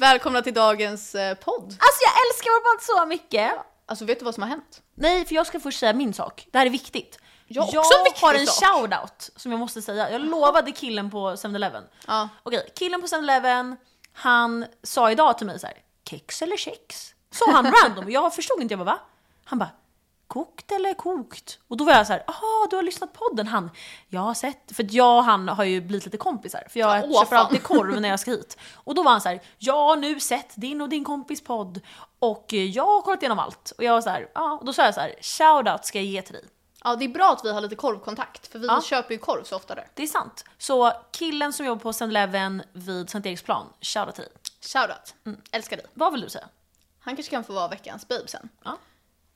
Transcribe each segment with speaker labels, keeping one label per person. Speaker 1: Välkomna till dagens eh, podd.
Speaker 2: Alltså jag älskar vår podd så mycket!
Speaker 1: Alltså vet du vad som har hänt?
Speaker 2: Nej, för jag ska först säga min sak. Det här är viktigt.
Speaker 1: Ja,
Speaker 2: jag
Speaker 1: också en viktig
Speaker 2: har en
Speaker 1: sak.
Speaker 2: shoutout som jag måste säga. Jag lovade killen på 7-Eleven.
Speaker 1: Ja.
Speaker 2: Okej, killen på 7-Eleven, han sa idag till mig så här: kex eller kex? Sa han random och jag förstod inte, jag bara va? Han bara kokt eller kokt? Och då var jag så här, aha du har lyssnat på podden han. Jag har sett, för att jag och han har ju blivit lite kompisar för jag
Speaker 1: Ja, Ah, åh,
Speaker 2: köper
Speaker 1: fan.
Speaker 2: alltid korv när jag ska hit. Och då var han så här, jag har nu sett din och din kompis podd och eh, jag har kollat igenom allt. Och jag var så här, ja, och då sa jag så här, shoutout ska jag ge till dig.
Speaker 1: Ja, det är bra att vi har lite korvkontakt för vi
Speaker 2: Ja.
Speaker 1: köper ju korv så ofta där.
Speaker 2: Det är sant. Så killen som jobbar på 7-Eleven vid Sankt Eriksplan, shoutout till dig.
Speaker 1: Shoutout.
Speaker 2: Mm.
Speaker 1: Älskar dig.
Speaker 2: Vad vill du säga?
Speaker 1: Han kanske kan få vara veckans babe sen.
Speaker 2: Ja.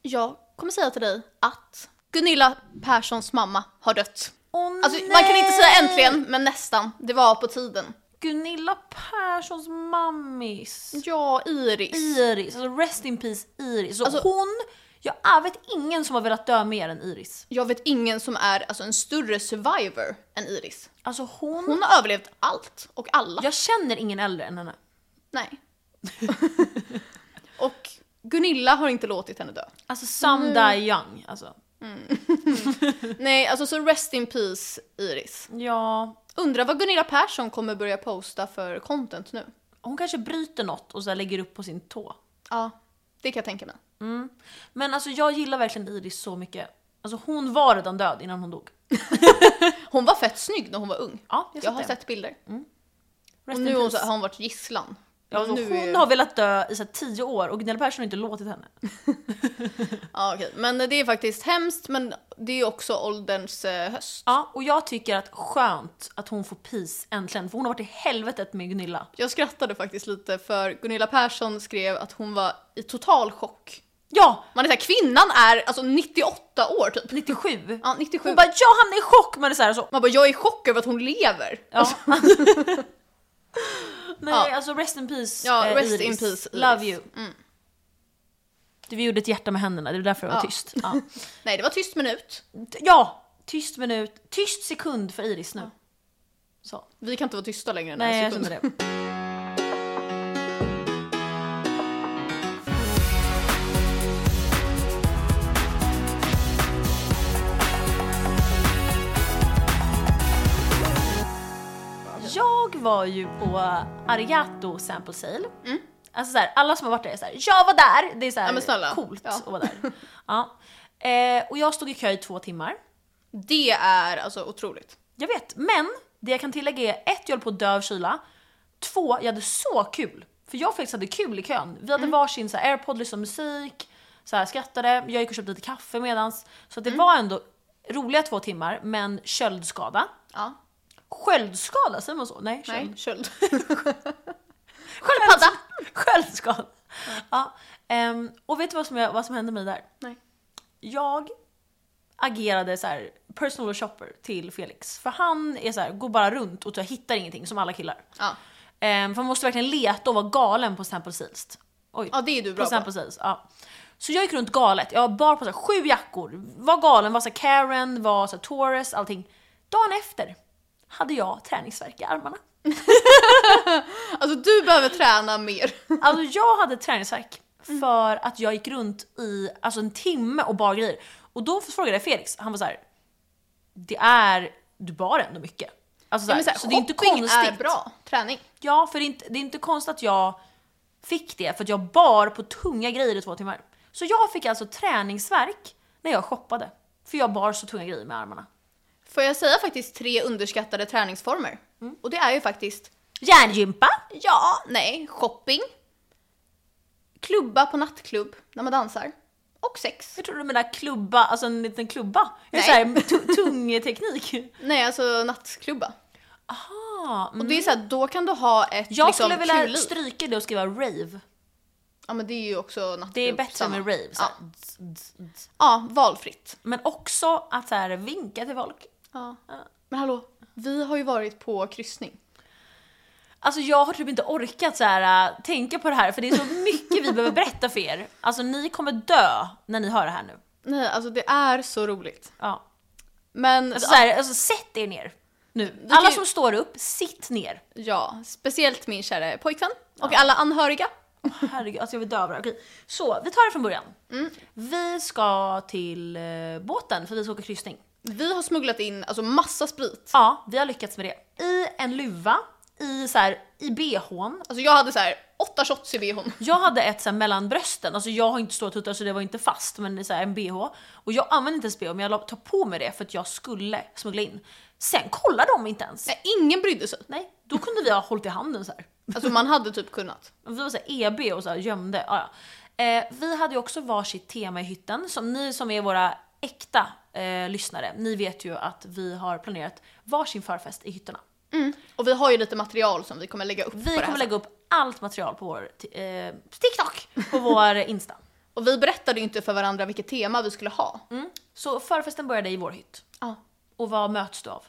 Speaker 1: Jag kommer säga till dig att Gunilla Perssons mamma har dött.
Speaker 2: Åh,
Speaker 1: Alltså
Speaker 2: nej.
Speaker 1: man kan inte säga äntligen, men nästan. Det var på tiden.
Speaker 2: Gunilla Perssons mammis.
Speaker 1: Ja, Iris.
Speaker 2: Iris, alltså rest in peace Iris. Så
Speaker 1: Alltså-
Speaker 2: hon, jag jag vet ingen som har velat dö mer än Iris.
Speaker 1: Jag vet ingen som är alltså, en större survivor än Iris.
Speaker 2: Alltså hon,
Speaker 1: Hon har överlevt allt och alla.
Speaker 2: jag känner ingen äldre än henne.
Speaker 1: Nej. och Gunilla har inte låtit henne dö.
Speaker 2: Alltså
Speaker 1: Mm.
Speaker 2: some die young. Alltså.
Speaker 1: Nej, alltså så rest in peace Iris.
Speaker 2: Ja,
Speaker 1: Undrar vad Gunilla Persson kommer börja posta för content nu.
Speaker 2: hon kanske bryter något och så här lägger upp på sin tå.
Speaker 1: Ja, det kan jag tänka mig.
Speaker 2: Mm. Men alltså jag gillar verkligen Iris så mycket. Alltså hon var redan död innan hon dog.
Speaker 1: Hon var fett snygg när hon var ung.
Speaker 2: Ja, jag,
Speaker 1: Jag har
Speaker 2: det.
Speaker 1: sett bilder.
Speaker 2: Rest
Speaker 1: Och
Speaker 2: in
Speaker 1: nu har hon,
Speaker 2: peace.
Speaker 1: så- har hon varit gisslan.
Speaker 2: ja, alltså,
Speaker 1: nu
Speaker 2: hon
Speaker 1: är-
Speaker 2: har velat dö i så här, tio år och Gunilla Persson har inte låtit henne.
Speaker 1: Ja, okej. Men det är faktiskt hemskt, men det är också ålderns eh, höst.
Speaker 2: Ja, och jag tycker att skönt att hon får peace äntligen, för hon har varit i helvetet med Gunilla.
Speaker 1: Jag skrattade faktiskt lite för Gunilla Persson skrev att hon var i total chock.
Speaker 2: Ja!
Speaker 1: Man är såhär, kvinnan är alltså 98 år typ.
Speaker 2: 97.
Speaker 1: Ja, 97.
Speaker 2: Hon bara “jag hamnade i chock” men det är så här, så.
Speaker 1: Man bara, jag är i chock över att hon lever.
Speaker 2: Ja. Nej
Speaker 1: Ja.
Speaker 2: alltså rest in peace
Speaker 1: Ja,
Speaker 2: eh,
Speaker 1: rest
Speaker 2: Iris.
Speaker 1: in peace, Iris. Mm.
Speaker 2: Love you. Du, vi gjorde ett hjärta med händerna, det är därför jag var
Speaker 1: Ja.
Speaker 2: tyst. Ja.
Speaker 1: Nej, det var tyst minut.
Speaker 2: D- ja! Tyst minut, tyst sekund för Iris nu. Så.
Speaker 1: Vi kan inte vara tysta längre än
Speaker 2: Nej
Speaker 1: en
Speaker 2: jag
Speaker 1: sekund.
Speaker 2: känner det. Jag var ju på Arigato sample sale. Alltså så här, alla som har varit där är såhär, jag var där! Det är
Speaker 1: Ja, men
Speaker 2: såhär
Speaker 1: snälla.
Speaker 2: coolt
Speaker 1: Ja.
Speaker 2: att vara där. Ja. Eh, och jag stod i kö i två timmar.
Speaker 1: Det är alltså otroligt.
Speaker 2: Jag vet, men det jag kan tillägga är ett, jag höll på att dö av kyla. Två, jag hade så kul. För jag faktiskt hade kul i kön. Vi hade varsin så här, airpod, lyssnade på musik, så här, skrattade, jag gick och köpte lite kaffe medans. Så att det var ändå roliga två timmar, men köldskada.
Speaker 1: Ja.
Speaker 2: Sköldskada, säger man så? Nej, köld.
Speaker 1: Nej, köld.
Speaker 2: Sköldpadda! Sköldskada. Ja. ehm, och vet du vad som, jag, vad som hände mig där?
Speaker 1: Nej.
Speaker 2: jag agerade så här personal shopper till Felix. För han är så här, går bara runt och så här, hittar ingenting som alla killar.
Speaker 1: Ja.
Speaker 2: Ehm, för man måste verkligen leta och vara galen på sample sales. Oj,
Speaker 1: ja, det är du
Speaker 2: på
Speaker 1: bra på.
Speaker 2: sample sales. Ja. Så jag gick runt galet, jag bar på så här, sju jackor, var galen, var så här, Karen, var så här, Taurus, allting. Dagen efter hade jag träningsvärk i armarna.
Speaker 1: Alltså du behöver träna mer.
Speaker 2: Alltså jag hade träningsvärk
Speaker 1: Mm.
Speaker 2: för att jag gick runt i alltså, en timme och bar grejer. Och då frågade jag Felix, han var så här. Det är, du bar ändå mycket. Alltså, så, här,
Speaker 1: Men
Speaker 2: så, det är inte
Speaker 1: shopping
Speaker 2: konstigt.
Speaker 1: är bra träning.
Speaker 2: Ja, för det är, inte, det är inte konstigt att jag fick det för att jag bar på tunga grejer i två timmar. Så jag fick alltså träningsvärk när jag shoppade. För jag bar så tunga grejer med armarna.
Speaker 1: Får jag säga faktiskt tre underskattade träningsformer?
Speaker 2: Mm.
Speaker 1: Och det är ju faktiskt,
Speaker 2: Järngympa!
Speaker 1: ja, nej, shopping, klubba på nattklubb när man dansar och sex.
Speaker 2: Jag trodde du menade klubba, alltså en liten klubba. Jag är
Speaker 1: Nej.
Speaker 2: så här, tu- tung teknik.
Speaker 1: Nej, alltså nattklubba.
Speaker 2: Aha, mm.
Speaker 1: Och det är så här, då kan du ha ett
Speaker 2: Jag
Speaker 1: liksom,
Speaker 2: skulle vilja
Speaker 1: kul liv.
Speaker 2: stryka det och skriva rave.
Speaker 1: Ja men det är ju också nattklubb.
Speaker 2: Det är bättre
Speaker 1: samma.
Speaker 2: med rave. Så
Speaker 1: Ja.
Speaker 2: här. Ds, ds, ds.
Speaker 1: Ja, valfritt.
Speaker 2: Men också att så här, vinka till folk.
Speaker 1: Ja. Men hallå, vi har ju varit på kryssning.
Speaker 2: Alltså jag har typ inte orkat så här, äh, tänka på det här för det är så mycket vi behöver berätta för er. Alltså ni kommer dö när ni hör det här nu.
Speaker 1: Nej, alltså det är så roligt.
Speaker 2: Ja.
Speaker 1: Men
Speaker 2: Alltså, så här, alltså sätt er ner. nu.
Speaker 1: kan
Speaker 2: Alla
Speaker 1: ju-
Speaker 2: som står upp, sitt ner.
Speaker 1: Ja, speciellt min kära pojkvän och alla anhöriga.
Speaker 2: Herregud, alltså jag vill dö av det här. Okej, Så, vi tar det från början.
Speaker 1: Mm.
Speaker 2: Vi ska till eh, båten för vi ska åka kryssning.
Speaker 1: Vi har smugglat in alltså massa sprit.
Speaker 2: Ja, vi har lyckats med det. I en luva, i, så här, i bhn.
Speaker 1: Alltså jag hade så här åtta shots i bhn.
Speaker 2: Jag hade ett så här, mellan brösten, alltså jag har inte stora tuttar så det var inte fast, men det är så här, en bh. Och jag använde inte ens bh, men jag la- tog på mig det för att jag skulle smuggla in. Sen kollade de inte ens.
Speaker 1: Nej, ingen brydde sig.
Speaker 2: Nej, då kunde vi ha hållit i handen så här.
Speaker 1: Alltså man hade typ kunnat.
Speaker 2: Vi var så här EB och så här gömde. Ja, ja. Eh, vi hade ju också varsitt tema i hytten. Som ni som är våra äkta eh, lyssnare, ni vet ju att vi har planerat varsin förfest i hytterna.
Speaker 1: Och vi har ju lite material som vi kommer lägga upp på
Speaker 2: Mm. Vi
Speaker 1: det här
Speaker 2: kommer
Speaker 1: sen.
Speaker 2: lägga upp allt material på vår t- eh, TikTok, på vår Insta.
Speaker 1: Och vi berättade ju inte för varandra vilket tema vi skulle ha.
Speaker 2: Mm. Så förfesten började i vår hytt.
Speaker 1: Ja.
Speaker 2: Och vad möts du av?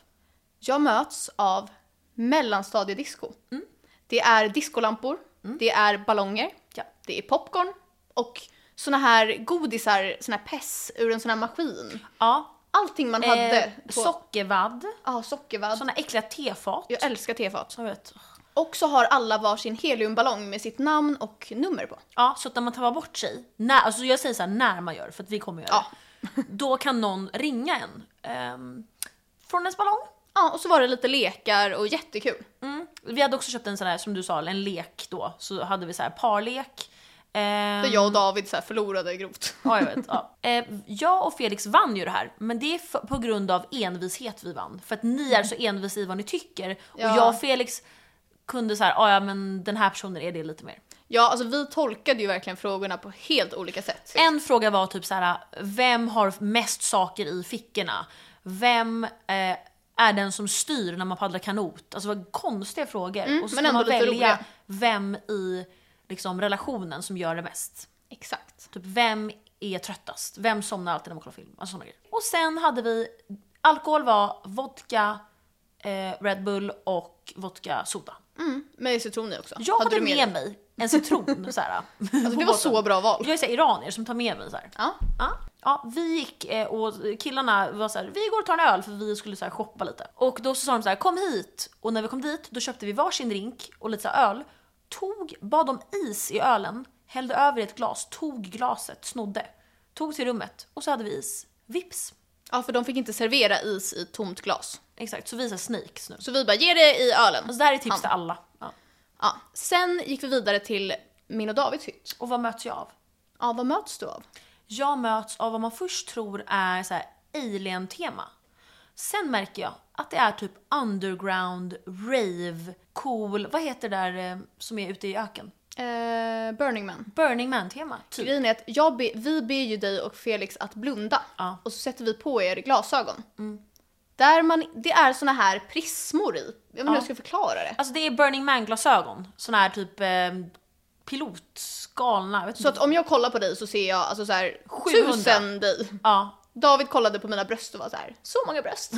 Speaker 1: Jag möts av mellanstadiedisco.
Speaker 2: Mm.
Speaker 1: Det är discolampor, det är ballonger,
Speaker 2: Ja.
Speaker 1: det är popcorn och såna här godisar, såna här pess ur en sån här maskin.
Speaker 2: Ja,
Speaker 1: Allting man
Speaker 2: eh,
Speaker 1: hade. På,
Speaker 2: sockervadd,
Speaker 1: ja, sockervadd.
Speaker 2: såna äckliga tefat.
Speaker 1: Jag älskar tefat.
Speaker 2: Jag vet.
Speaker 1: Och så har alla varsin heliumballong med sitt namn och nummer på.
Speaker 2: Ja, så att när man tar bort sig, när, alltså jag säger så här, när man gör, för att vi kommer göra
Speaker 1: Ja.
Speaker 2: det. Då kan någon ringa en. ehm, från ens ballong.
Speaker 1: Ja, och så var det lite lekar och jättekul.
Speaker 2: Mm. Vi hade också köpt en sån här, som du sa, en lek då. Så hade vi så här parlek. Ehm,
Speaker 1: Där jag och David så här förlorade grovt.
Speaker 2: Ja, jag vet. Ja. Eh, jag och Felix vann ju det här, men det är f- på grund av envishet vi vann. För att ni är så envis i vad ni tycker.
Speaker 1: Mm. Ja.
Speaker 2: Och jag och Felix kunde så här, "Ah, ja men den här personen är det lite mer.
Speaker 1: Ja, alltså vi tolkade ju verkligen frågorna på helt olika sätt.
Speaker 2: En fråga var typ så här: vem har mest saker i fickorna? Vem eh, är den som styr när man paddlar kanot? Alltså vad konstiga frågor. och så
Speaker 1: Mm, men
Speaker 2: ska
Speaker 1: ändå
Speaker 2: man
Speaker 1: lite
Speaker 2: välja
Speaker 1: roliga.
Speaker 2: vem i liksom, relationen som gör det mest.
Speaker 1: Exakt.
Speaker 2: Typ vem är tröttast? Vem somnar alltid när man kollar film? Alltså såna grejer. Och sen hade vi, alkohol var vodka, eh, Red Bull och vodka soda.
Speaker 1: Mm, med citron i också.
Speaker 2: Jag hade, med,
Speaker 1: dig?
Speaker 2: mig en citron så här.
Speaker 1: Alltså,
Speaker 2: på
Speaker 1: det var
Speaker 2: båten.
Speaker 1: så bra val.
Speaker 2: Jag är så här, iranier som tar med mig så här.
Speaker 1: Ja.
Speaker 2: Ja. ja, vi gick eh, och killarna var så här, vi går och tar en öl för vi skulle så här shoppa lite. Och då så sa de så här, kom hit! Och när vi kom dit då köpte vi varsin drink och lite så här öl. Tog, bad om is i ölen, hällde över i ett glas, tog glaset, snodde. Tog till rummet och så hade vi is. Vips!
Speaker 1: ja, för de fick inte servera is i tomt glas.
Speaker 2: Exakt, så vi är så här sneaks nu.
Speaker 1: Så vi bara, ge det i ölen.
Speaker 2: Så det här är tips till alla. Ja.
Speaker 1: Ja. Sen gick vi vidare till min och Davids hytt.
Speaker 2: Och vad möts jag av?
Speaker 1: Ja, vad möts du av?
Speaker 2: Jag möts av vad man först tror är så här alien-tema. Sen märker jag att det är typ underground, rave, cool, vad heter det där eh, som är ute i öken?
Speaker 1: Eh, Burning Man.
Speaker 2: Burning Man-tema, typ.
Speaker 1: Grejen är att jag be, vi ber ju dig och Felix att blunda.
Speaker 2: Ja.
Speaker 1: Och så sätter vi på er glasögon. Där man, det är såna här prismor i. Jag vet inte hur jag ska förklara det.
Speaker 2: Alltså det är Burning Man-glasögon, sån här typ eh, pilotskalna, jag vet
Speaker 1: Så
Speaker 2: inte.
Speaker 1: att om jag kollar på dig så ser jag alltså så här,
Speaker 2: 700.
Speaker 1: tusen dig.
Speaker 2: Ja,
Speaker 1: David kollade på mina bröst och var så här, så många bröst.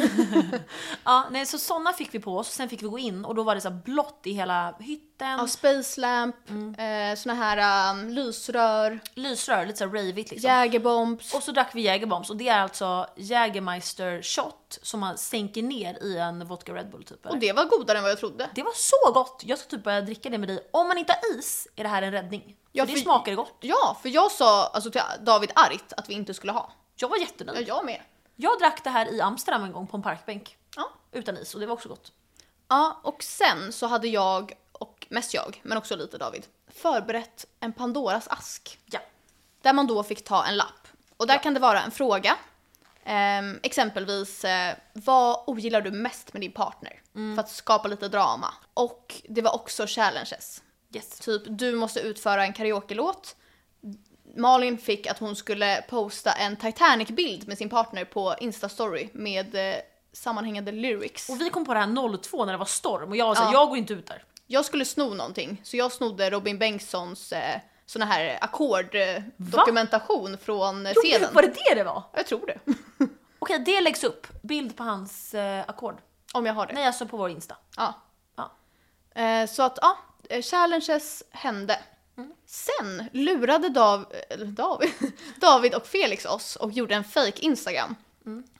Speaker 2: ja nej, så såna fick vi på oss, sen fick vi gå in och då var det så här blått i hela hytten,
Speaker 1: ja, space lamp, eh, såna här um, lysrör,
Speaker 2: lysrör, lite så här raveigt liksom.
Speaker 1: jägerbombs.
Speaker 2: Och så drack vi Jägerbombs och det är alltså Jägermeister shot som man sänker ner i en vodka Red Bull typ. eller?
Speaker 1: Och det var godare än vad jag trodde.
Speaker 2: Det var så gott! Jag ska typ börja dricka det med dig. Om man inte har is är det här en räddning.
Speaker 1: Ja,
Speaker 2: för
Speaker 1: för-
Speaker 2: det smakar gott.
Speaker 1: Ja, för jag sa alltså, till David argt att vi inte skulle ha.
Speaker 2: Jag var
Speaker 1: Ja,
Speaker 2: jättenöjd.
Speaker 1: jag med.
Speaker 2: Jag drack det här i Amsterdam en gång på en parkbänk.
Speaker 1: Ja.
Speaker 2: Utan is och det var också gott.
Speaker 1: Ja, och sen så hade jag, och mest jag, men också lite David, förberett en Pandoras ask.
Speaker 2: Ja.
Speaker 1: Där man då fick ta en lapp. Och där kan det vara en fråga. Ehm, exempelvis, eh, vad ogillar du mest med din partner? För att skapa lite drama. Och det var också challenges.
Speaker 2: Yes.
Speaker 1: Typ, du måste utföra en karaoke-låt. Malin fick att hon skulle posta en Titanic-bild med sin partner på Insta-story med eh, sammanhängande lyrics.
Speaker 2: Och vi kom på det här 02 när det var storm och jag var såhär,
Speaker 1: Ja.
Speaker 2: jag går inte ut där.
Speaker 1: Jag skulle sno någonting, så jag snodde Robin Bengtssons eh, såna här
Speaker 2: Va?
Speaker 1: ackorddokumentation från eh,
Speaker 2: Jo,
Speaker 1: scenen.
Speaker 2: var det det det var?
Speaker 1: Jag tror det.
Speaker 2: Okej, det läggs upp. Bild på hans eh, ackord.
Speaker 1: Om jag har det.
Speaker 2: Nej, alltså på vår Insta.
Speaker 1: Ja.
Speaker 2: Ja.
Speaker 1: Eh, så att, ja. eh, Challenges hände.
Speaker 2: Mm.
Speaker 1: Sen lurade Dav, eller David, David och
Speaker 2: Mm.
Speaker 1: Felix oss och gjorde en fake Instagram.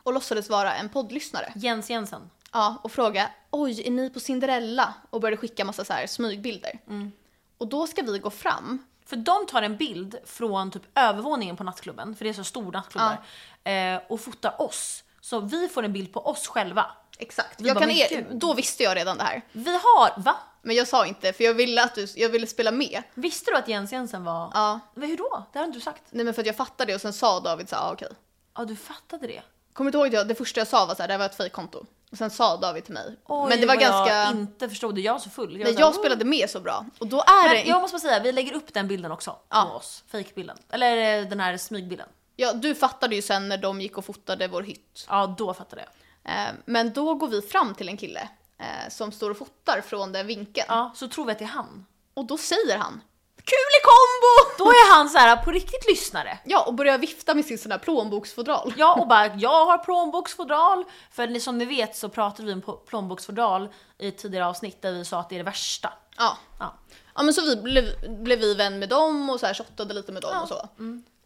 Speaker 1: Och låtsades vara en poddlyssnare.
Speaker 2: Jens Jensen.
Speaker 1: Ja, och fråga “Oj, är ni på Cinderella?” och började skicka massa så här smygbilder.
Speaker 2: Mm.
Speaker 1: Och då ska vi gå fram.
Speaker 2: För de tar en bild från typ övervåningen på nattklubben, för det är så stor nattklubb där, eh, och fotar oss. Så vi får en bild på oss själva.
Speaker 1: Exakt.
Speaker 2: Vi
Speaker 1: Jag
Speaker 2: bara,
Speaker 1: kan
Speaker 2: "Men
Speaker 1: er,
Speaker 2: gud."
Speaker 1: då visste jag redan det här.
Speaker 2: Vi har, va?
Speaker 1: Men jag sa inte för jag ville att du, jag ville spela med.
Speaker 2: Visste du att Jens Jensen var...
Speaker 1: Ja.
Speaker 2: Men hur då? Det har inte du sagt.
Speaker 1: Nej men för att jag fattade det och sen sa David så här, ah, okej.
Speaker 2: Ja, du fattade det.
Speaker 1: Kommer du ihåg att jag, det första jag sa var så här, det här var ett fejkkonto. Och sen sa David till mig.
Speaker 2: Oj,
Speaker 1: men det var
Speaker 2: vad
Speaker 1: ganska,
Speaker 2: jag inte förstod det. Jag var så full.
Speaker 1: nej
Speaker 2: var så här, oh.
Speaker 1: jag spelade med så bra. Och då är det,
Speaker 2: Men jag måste bara säga, vi lägger upp den bilden också
Speaker 1: Ja.
Speaker 2: på oss. Fejkbilden. Eller eh, den här smygbilden.
Speaker 1: ja, du fattade ju sen när de gick och fotade vår hytt.
Speaker 2: Ja, då fattade jag.
Speaker 1: Eh, men då går vi fram till en kille eh, som står och fotar från den vinkeln.
Speaker 2: Ja, så tror vi att det är han.
Speaker 1: Och då säger han “Kul i kombo!”
Speaker 2: Då är han så här på riktigt lyssnare.
Speaker 1: Ja, och börjar vifta med sin sån här plånboksfodral.
Speaker 2: Ja, och bara jag har plånboksfodral. För ni- som ni vet så pratade vi om po- plånboksfodral i ett tidigare avsnitt där vi sa att det är det värsta.
Speaker 1: Ja.
Speaker 2: Ja.
Speaker 1: ja, men så vi blev, blev vi vän med dem och så här shottade lite med dem och så.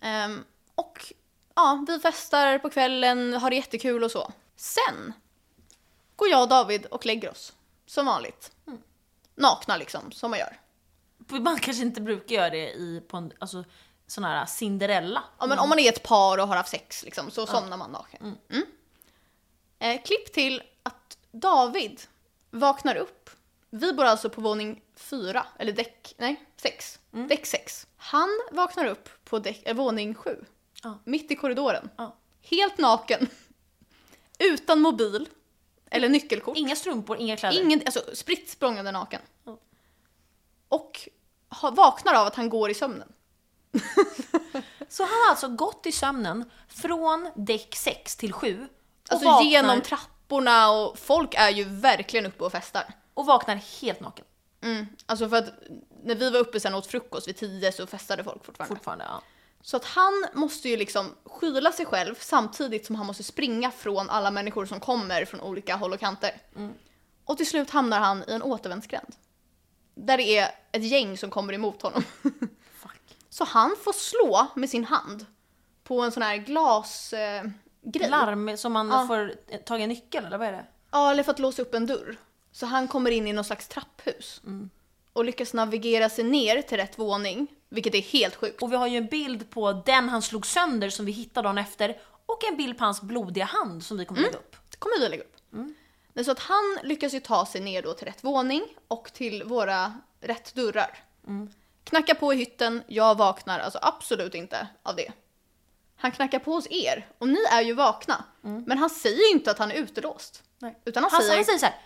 Speaker 1: Ehm, och ja, vi festar på kvällen, har det jättekul och så. Sen går jag och David och lägger oss. Som vanligt. Nakna liksom, som man gör.
Speaker 2: Man kanske inte brukar göra det i, på en alltså, sån här Cinderella.
Speaker 1: Ja, men om man är ett par och har haft sex liksom, så somnar man naken. Mm. Eh, klipp till att David vaknar upp. Vi bor alltså på våning fyra, eller däck, nej, sex.
Speaker 2: Mm.
Speaker 1: Däck sex. Han vaknar upp på däck, eh, våning sju.
Speaker 2: Ja.
Speaker 1: Mitt i korridoren.
Speaker 2: Ja.
Speaker 1: Helt naken. Utan mobil. Eller nyckelkort.
Speaker 2: Inga strumpor, inga kläder.
Speaker 1: Ingen, alltså spritt språngande naken.
Speaker 2: Ja.
Speaker 1: Och ha, vaknar av att han går i sömnen.
Speaker 2: Så han har alltså gått i sömnen från däck 6 till 7 och,
Speaker 1: Alltså
Speaker 2: vaknar,
Speaker 1: genom trapporna och folk är ju verkligen uppe och festar.
Speaker 2: och vaknar helt naken
Speaker 1: Mm. Alltså för att när vi var uppe sen och åt frukost vid 10 så festade folk fortfarande.
Speaker 2: fortfarande. Ja.
Speaker 1: Så att han måste ju liksom skyla sig själv samtidigt som han måste springa från alla människor som kommer från olika håll och kanter.
Speaker 2: Mm.
Speaker 1: Och till slut hamnar han i en återvändsgränd. Där det är ett gäng som kommer emot honom.
Speaker 2: Fuck.
Speaker 1: Så han får slå med sin hand på en sån här glasgrej. Eh, grej.
Speaker 2: Larm som man
Speaker 1: Ja.
Speaker 2: får tag i en nyckel eller vad är det?
Speaker 1: Ja, eller för att låsa upp en dörr. Så han kommer in i någon slags trapphus. Och lyckas navigera sig ner till rätt våning, vilket är helt sjukt.
Speaker 2: Och vi har ju en bild på den han slog sönder som vi hittade dagen efter och en bild på hans blodiga hand som vi
Speaker 1: Mm.
Speaker 2: kommer lägga upp.
Speaker 1: Det kommer vi lägga upp. Men så att han lyckas ju ta sig ner då till rätt våning och till våra rätt dörrar. Knackar på i hytten, jag vaknar alltså absolut inte av det. Han knackar på hos er och ni är ju vakna. Men han säger ju inte att han är utelåst.
Speaker 2: Nej.
Speaker 1: Utan Mm. han,
Speaker 2: Han,
Speaker 1: säger...
Speaker 2: han säger så här.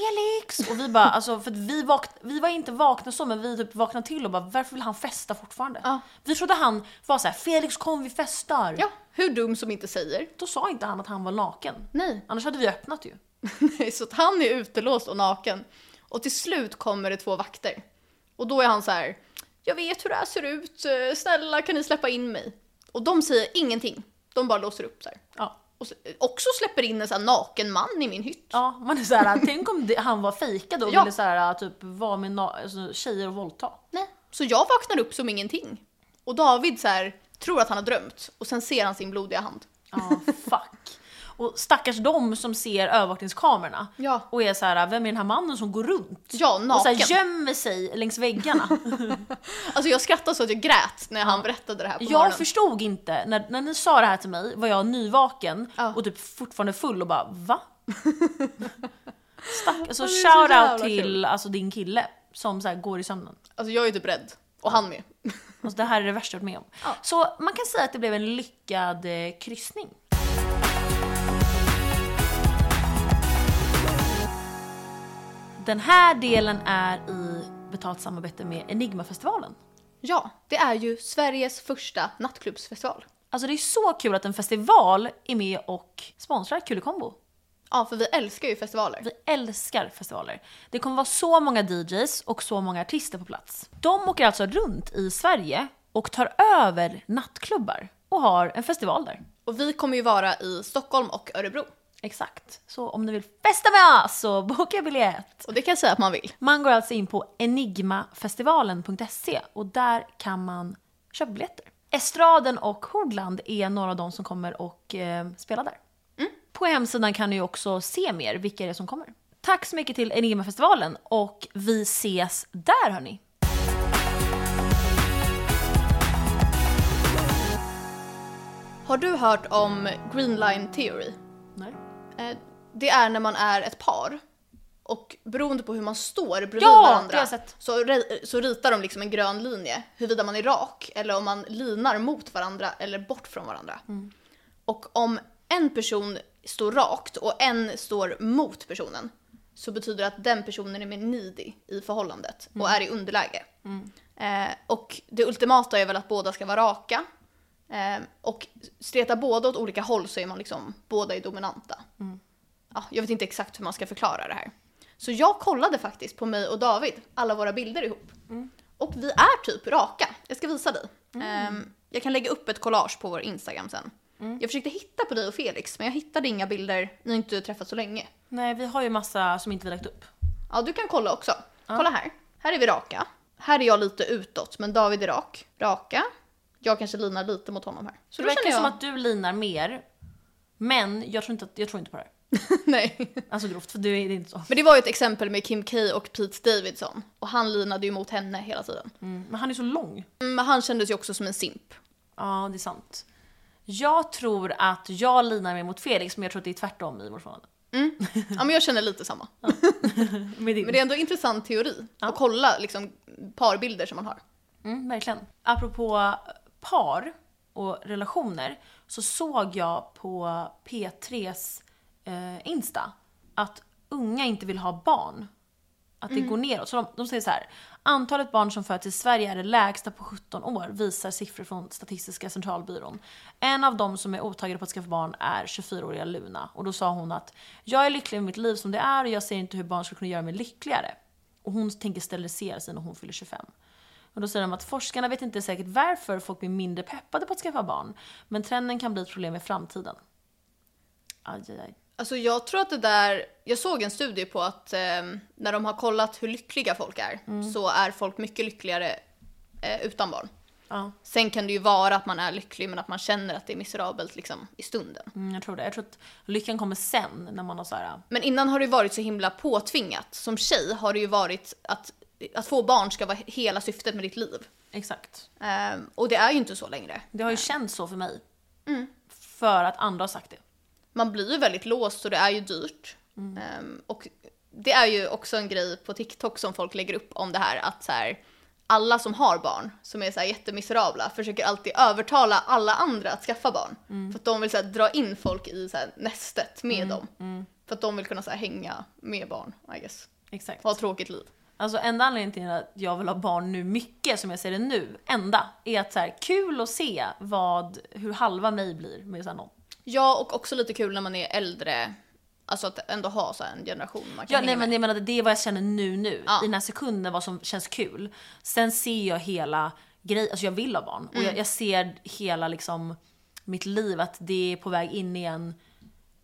Speaker 2: Felix! Och vi bara, alltså för att vi, vak- vi var inte vakna så men vi typ vaknade till och bara varför vill han festa fortfarande?
Speaker 1: Ja.
Speaker 2: Vi trodde han var så här: Felix kom vi festar!
Speaker 1: Ja, hur dum som inte säger.
Speaker 2: Då sa inte han att han var naken.
Speaker 1: Nej,
Speaker 2: Annars hade vi öppnat ju.
Speaker 1: Nej, så att han är utelåst och naken. Och till slut kommer det två vakter. Och då är han så här, jag vet hur det här ser ut, eh, snälla kan ni släppa in mig? Och de säger ingenting, de bara låser upp så här.
Speaker 2: Ja.
Speaker 1: Och så, också släpper in en sån här naken man i min hytt.
Speaker 2: Ja, man är såhär, tänk om det, han var fejkad och
Speaker 1: Ja.
Speaker 2: ville såhär, typ vara med na- alltså, tjejer och våldta.
Speaker 1: Nej. Så jag vaknar upp som ingenting. Och David så här, tror att han har drömt och sen ser han sin blodiga hand.
Speaker 2: Ja, fuck. Och stackars de som ser övervakningskamerorna
Speaker 1: Ja.
Speaker 2: och är så här: vem är den här mannen som går runt?
Speaker 1: Ja,
Speaker 2: Och
Speaker 1: naken.
Speaker 2: såhär gömmer sig längs väggarna.
Speaker 1: Alltså jag skrattade så att jag grät när han berättade det här på morgonen.
Speaker 2: jag förstod inte, när, när ni sa det här till mig var jag nyvaken
Speaker 1: Ja.
Speaker 2: och typ fortfarande full och bara va? Stack, alltså
Speaker 1: Ja, det är så
Speaker 2: shout
Speaker 1: jävla
Speaker 2: out
Speaker 1: kul.
Speaker 2: till alltså, din kille som så här, går i sömnen.
Speaker 1: Alltså jag är typ rädd. Och han med.
Speaker 2: Alltså, det här är det värsta jag varit med om.
Speaker 1: Ja.
Speaker 2: Så man kan säga att det blev en lyckad eh, kryssning. Den här delen är i betalt samarbete med Enigmafestivalen.
Speaker 1: Ja, det är ju Sveriges första nattklubbsfestival.
Speaker 2: Alltså det är så kul att en festival är med och sponsrar Kulekombo.
Speaker 1: Ja, för vi älskar ju festivaler.
Speaker 2: Vi älskar festivaler. Det kommer vara så många DJs och så många artister på plats. De åker alltså runt i Sverige och tar över nattklubbar och har en festival där.
Speaker 1: Och vi kommer ju vara i Stockholm och Örebro.
Speaker 2: Exakt. Så om ni vill festa med oss så boka biljett.
Speaker 1: Och det kan jag säga att man vill.
Speaker 2: Man går alltså in på enigmafestivalen.se och där kan man köpa biljetter. Estraden och Hordland är några av de som kommer och eh, spelar där. På hemsidan kan ni ju också se mer vilka det är som kommer. Tack så mycket till Enigmafestivalen och vi ses där hörni.
Speaker 1: Har du hört om green line theory?
Speaker 2: Nej.
Speaker 1: Eh, Det är när man är ett par och beroende på hur man står bredvid
Speaker 2: Ja, det har
Speaker 1: varandra
Speaker 2: jag sett.
Speaker 1: så, re- så ritar de liksom en grön linje huruvida man är rak eller om man linar mot varandra eller bort från varandra.
Speaker 2: Mm.
Speaker 1: Och om en person står rakt och en står mot personen så betyder det att den personen är mer needy i förhållandet
Speaker 2: Mm.
Speaker 1: och är i underläge. Eh, och det ultimata är väl att båda ska vara raka. Eh, och stretar båda åt olika håll så är man liksom, båda är dominanta. Ja, jag vet inte exakt hur man ska förklara det här. Så jag kollade faktiskt på mig och David, alla våra bilder ihop.
Speaker 2: Mm.
Speaker 1: Och vi är typ raka. Jag ska visa dig. Ehm, jag kan lägga upp ett collage på vår Instagram sen.
Speaker 2: Mm.
Speaker 1: Jag försökte hitta på dig och Felix, men jag hittade inga bilder. Ni har inte träffats så länge.
Speaker 2: Nej, vi har ju massa som inte vi lagt upp.
Speaker 1: Ja, du kan kolla också. Kolla här. Här är vi raka. Här är jag lite utåt, men David är rak. Raka. Jag kanske linar lite mot honom här. Så
Speaker 2: Det
Speaker 1: då
Speaker 2: verkar
Speaker 1: känner jag...
Speaker 2: som att du linar mer, men jag tror inte, att, jag tror inte på det här.
Speaker 1: Nej.
Speaker 2: Alltså grovt, för du är det är inte så.
Speaker 1: Men det var ju ett exempel med Kim K och Pete Davidson. Och han linade ju mot henne hela tiden.
Speaker 2: Mm, Men han är så lång.
Speaker 1: Mm, Men han kändes ju också som en simp.
Speaker 2: Ja, det är sant. Jag tror att jag linar mig mot Felix, men jag tror att det är tvärtom i vårt förhållande.
Speaker 1: Ja men jag känner lite samma.
Speaker 2: Med din.
Speaker 1: Men det är ändå en intressant teori. Att kolla liksom parbilder som man har.
Speaker 2: Mm, verkligen. Apropå par och relationer så såg jag på P3s eh, Insta att unga inte vill ha barn. Att det går neråt. Så de, de säger så här. Antalet barn som föds i Sverige är det lägsta på 17 år visar siffror från Statistiska centralbyrån. En av dem som är otaggade på att skaffa barn är 24-åriga Luna. Och då sa hon att jag är lycklig med mitt liv som det är och jag ser inte hur barn skulle kunna göra mig lyckligare. Och hon tänker sterilisera sig när hon fyller 25. Och då säger de att forskarna vet inte säkert varför folk blir mindre peppade på att skaffa barn. Men trenden kan bli ett problem i framtiden. Aj, aj, aj.
Speaker 1: Alltså jag tror att det där, jag såg en studie på att ehm, när de har kollat hur lyckliga folk är så är folk mycket lyckligare eh, utan barn.
Speaker 2: Ja,
Speaker 1: Sen kan det ju vara att man är lycklig men att man känner att det är miserabelt liksom i stunden.
Speaker 2: mm, jag tror det. Jag tror att lyckan kommer sen när man har så här.
Speaker 1: Men innan har det ju varit så himla påtvingat. Som tjej har det ju varit att, att få barn ska vara hela syftet med ditt liv.
Speaker 2: Exakt.
Speaker 1: Ehm, och det är ju inte så längre.
Speaker 2: Det har ju känts så för mig. För att andra har sagt det.
Speaker 1: man blir ju väldigt låst och det är ju dyrt.
Speaker 2: Mm.
Speaker 1: Ehm, och det är ju också en grej på TikTok som folk lägger upp om det här att så här, alla som har barn som är så här jättemiserabla försöker alltid övertala alla andra att skaffa barn.
Speaker 2: Mm.
Speaker 1: För att de vill så här, dra in folk i så här, nästet med dem.
Speaker 2: mm.
Speaker 1: För att de vill kunna så här, hänga med barn, I guess.
Speaker 2: Exakt.
Speaker 1: Och ha ett tråkigt liv.
Speaker 2: Alltså enda anledningen till att jag vill ha barn nu mycket, som jag ser det nu, enda, är att så här, kul att se vad, hur halva mig blir med så här någon.
Speaker 1: Ja, och också lite kul när man är äldre. Alltså att ändå ha så här, en generation man kan
Speaker 2: Ja,
Speaker 1: hänga
Speaker 2: nej,
Speaker 1: med.
Speaker 2: men jag menar, det är vad jag känner nu, nu.
Speaker 1: Ja.
Speaker 2: I den här sekunden, vad som känns kul. Sen ser jag hela grejen, alltså jag vill ha barn. Och
Speaker 1: Mm.
Speaker 2: jag, jag ser hela liksom mitt liv, att det är på väg in i en,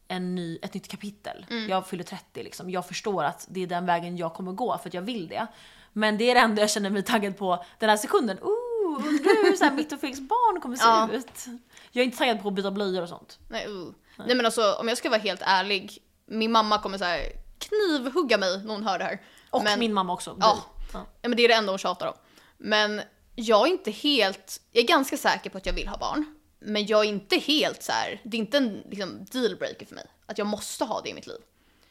Speaker 2: en ny, ett nytt kapitel.
Speaker 1: Mm.
Speaker 2: Jag fyller 30 liksom. Jag förstår att det är den vägen jag kommer gå för att jag vill det. Men det är det enda jag känner mig taggad på den här sekunden. Ooh, undrar hur så här mitt och Felix barn kommer se
Speaker 1: Ja.
Speaker 2: ut. Jag är inte taggad på att byta blöjor och sånt.
Speaker 1: Nej, uh. Nej. men alltså om jag ska vara helt ärlig, min mamma kommer så här knivhugga mig när hon hör det här.
Speaker 2: Och
Speaker 1: men,
Speaker 2: min mamma också.
Speaker 1: Ja.
Speaker 2: blöjor. Ja.
Speaker 1: Ja, men det är det enda hon tjatar om. Men jag är inte helt, jag är ganska säker på att jag vill ha barn. Men jag är inte helt så här, det är inte en liksom, dealbreaker för mig att jag måste ha det i mitt liv.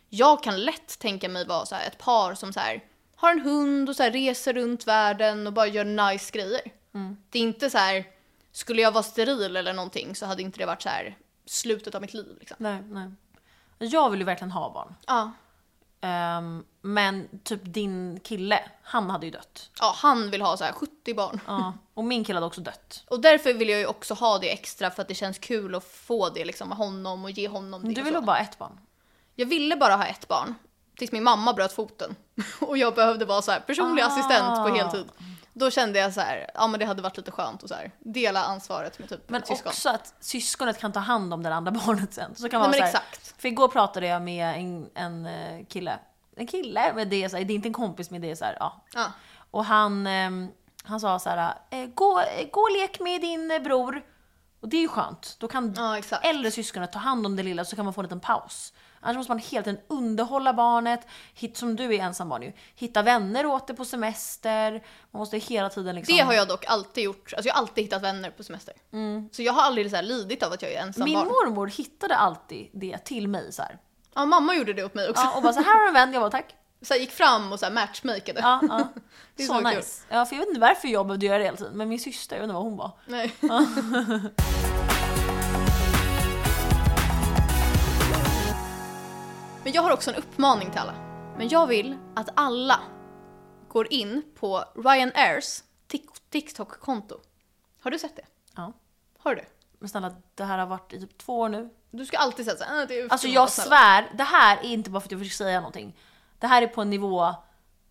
Speaker 1: Jag kan lätt tänka mig vara så här, ett par som så här, har en hund och så här, reser runt världen och bara gör nice grejer. Det är inte så här, skulle jag vara steril eller någonting så hade inte det varit så här slutet av mitt liv. Liksom.
Speaker 2: Nej, nej. Jag vill ju verkligen ha barn.
Speaker 1: Ja.
Speaker 2: Ehm, men typ din kille, han hade ju dött.
Speaker 1: ja, han vill ha så här 70 barn.
Speaker 2: Ja, och min kille hade också dött.
Speaker 1: Och därför vill jag ju också ha det extra för att det känns kul att få det liksom med honom och ge honom det.
Speaker 2: Du
Speaker 1: och
Speaker 2: vill
Speaker 1: så.
Speaker 2: ha bara ett barn?
Speaker 1: Jag ville bara ha ett barn tills min mamma bröt foten och jag behövde vara så här personlig
Speaker 2: Ah.
Speaker 1: assistent på heltid. Då kände jag så här, ja men det hade varit lite skönt att så här, dela ansvaret med typ
Speaker 2: Men
Speaker 1: ett syskon.
Speaker 2: också att syskonet kan ta hand om det andra barnet sen. Så kan
Speaker 1: Nej
Speaker 2: man
Speaker 1: men
Speaker 2: vara så här,
Speaker 1: exakt.
Speaker 2: för igår pratade jag med en, en eh, kille. En kille, men det är, så här, det är inte en kompis men det är så här, ja.
Speaker 1: Ja.
Speaker 2: Och han, ehm, han sa så här, eh, gå, eh, gå och lek med din eh, bror. Och det är ju skönt. Då kan
Speaker 1: Ja, exakt.
Speaker 2: äldre syskonet ta hand om det lilla så kan man få en liten paus. Annars måste man hela tiden underhålla barnet, hit, som du är ensam barn ju, hitta vänner åt det på semester. Man måste hela tiden liksom...
Speaker 1: Det har jag dock alltid gjort. Alltså jag har alltid hittat vänner på semester. Så jag har aldrig så här lidit av att jag är ensam
Speaker 2: Mm. Min
Speaker 1: barn.
Speaker 2: mormor hittade alltid det till mig så här.
Speaker 1: Ja, mamma gjorde det åt mig också.
Speaker 2: Ja, och bara så här har du en vän, jag bara tack.
Speaker 1: Så här gick fram och så här matchmakade.
Speaker 2: Ja, ja.
Speaker 1: Det är
Speaker 2: Så,
Speaker 1: så kul.
Speaker 2: nice. Ja, för jag vet inte varför jag behövde göra det hela tiden, men min syster, jag undrar vad hon var.
Speaker 1: Nej. Men jag har också en uppmaning till alla. Men jag vill att alla går in på Ryanairs Tik- TikTok-konto. Har du sett det?
Speaker 2: Ja.
Speaker 1: Har du?
Speaker 2: Men snälla, det här har varit i typ två år nu.
Speaker 1: Du ska alltid säga såhär, "Ah, det är
Speaker 2: Alltså
Speaker 1: för
Speaker 2: jag
Speaker 1: snälla."
Speaker 2: svär, det här är inte bara för att jag försöker säga någonting. Det här är på en nivå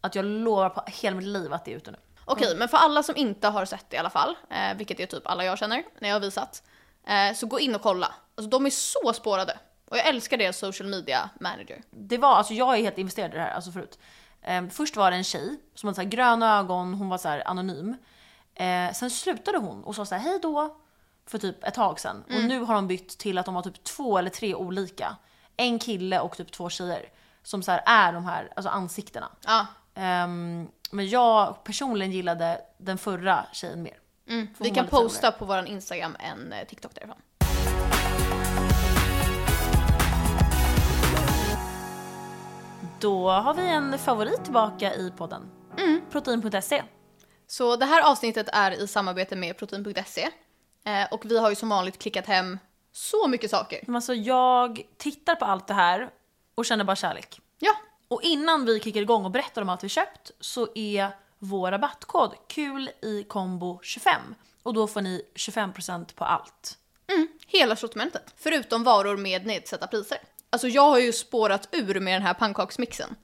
Speaker 2: att jag lovar på hela mitt liv att det är ute nu.
Speaker 1: Okej, men för alla som inte har sett det i alla fall, eh, vilket är typ alla jag känner när jag har visat, eh, så gå in och kolla. Alltså de är så spårade. Och jag älskar deras social media manager.
Speaker 2: Det var, alltså jag är helt investerad i det här, alltså förut. Ehm, först var det en tjej som hade så här gröna ögon, hon var så här anonym. Eh, sen slutade hon och sa så här hej då för typ ett tag sen. Och nu har de bytt till att de har typ två eller tre olika. En kille och typ två tjejer. Som så här är de här alltså ansiktena.
Speaker 1: Ja,
Speaker 2: Ehm, men jag personligen gillade den förra tjejen mer.
Speaker 1: mm.
Speaker 2: Får
Speaker 1: Vi
Speaker 2: hon
Speaker 1: kan
Speaker 2: vara lite
Speaker 1: posta på vår Instagram en eh, TikTok därifrån.
Speaker 2: Då har vi en favorit tillbaka i podden. Protein.se.
Speaker 1: Så det här avsnittet är i samarbete med protein.se. Eh, och vi har ju som vanligt klickat hem så mycket saker.
Speaker 2: Men Alltså jag tittar på allt det här och känner bara kärlek.
Speaker 1: Ja,
Speaker 2: Och innan vi kickar igång och berättar om allt vi köpt så är vår rabattkod kul i kombo 25 och då får ni 25% på allt.
Speaker 1: mm, hela sortimentet. Förutom varor med nedsatta priser. Alltså jag har ju spårat ur med den här pannkaksmixen.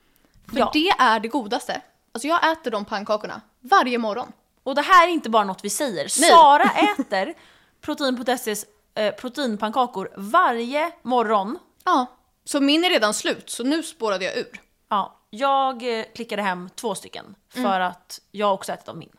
Speaker 1: För
Speaker 2: Ja.
Speaker 1: det är det godaste. Alltså jag äter de pannkakorna varje morgon.
Speaker 2: Och det här är inte bara något vi säger.
Speaker 1: Nej.
Speaker 2: Sara äter protein.ses eh, proteinpannkakor varje morgon
Speaker 1: Ja. Så min är redan slut, så nu spårade jag ur.
Speaker 2: Ja, jag eh, klickade hem två stycken för att jag också ätit av min.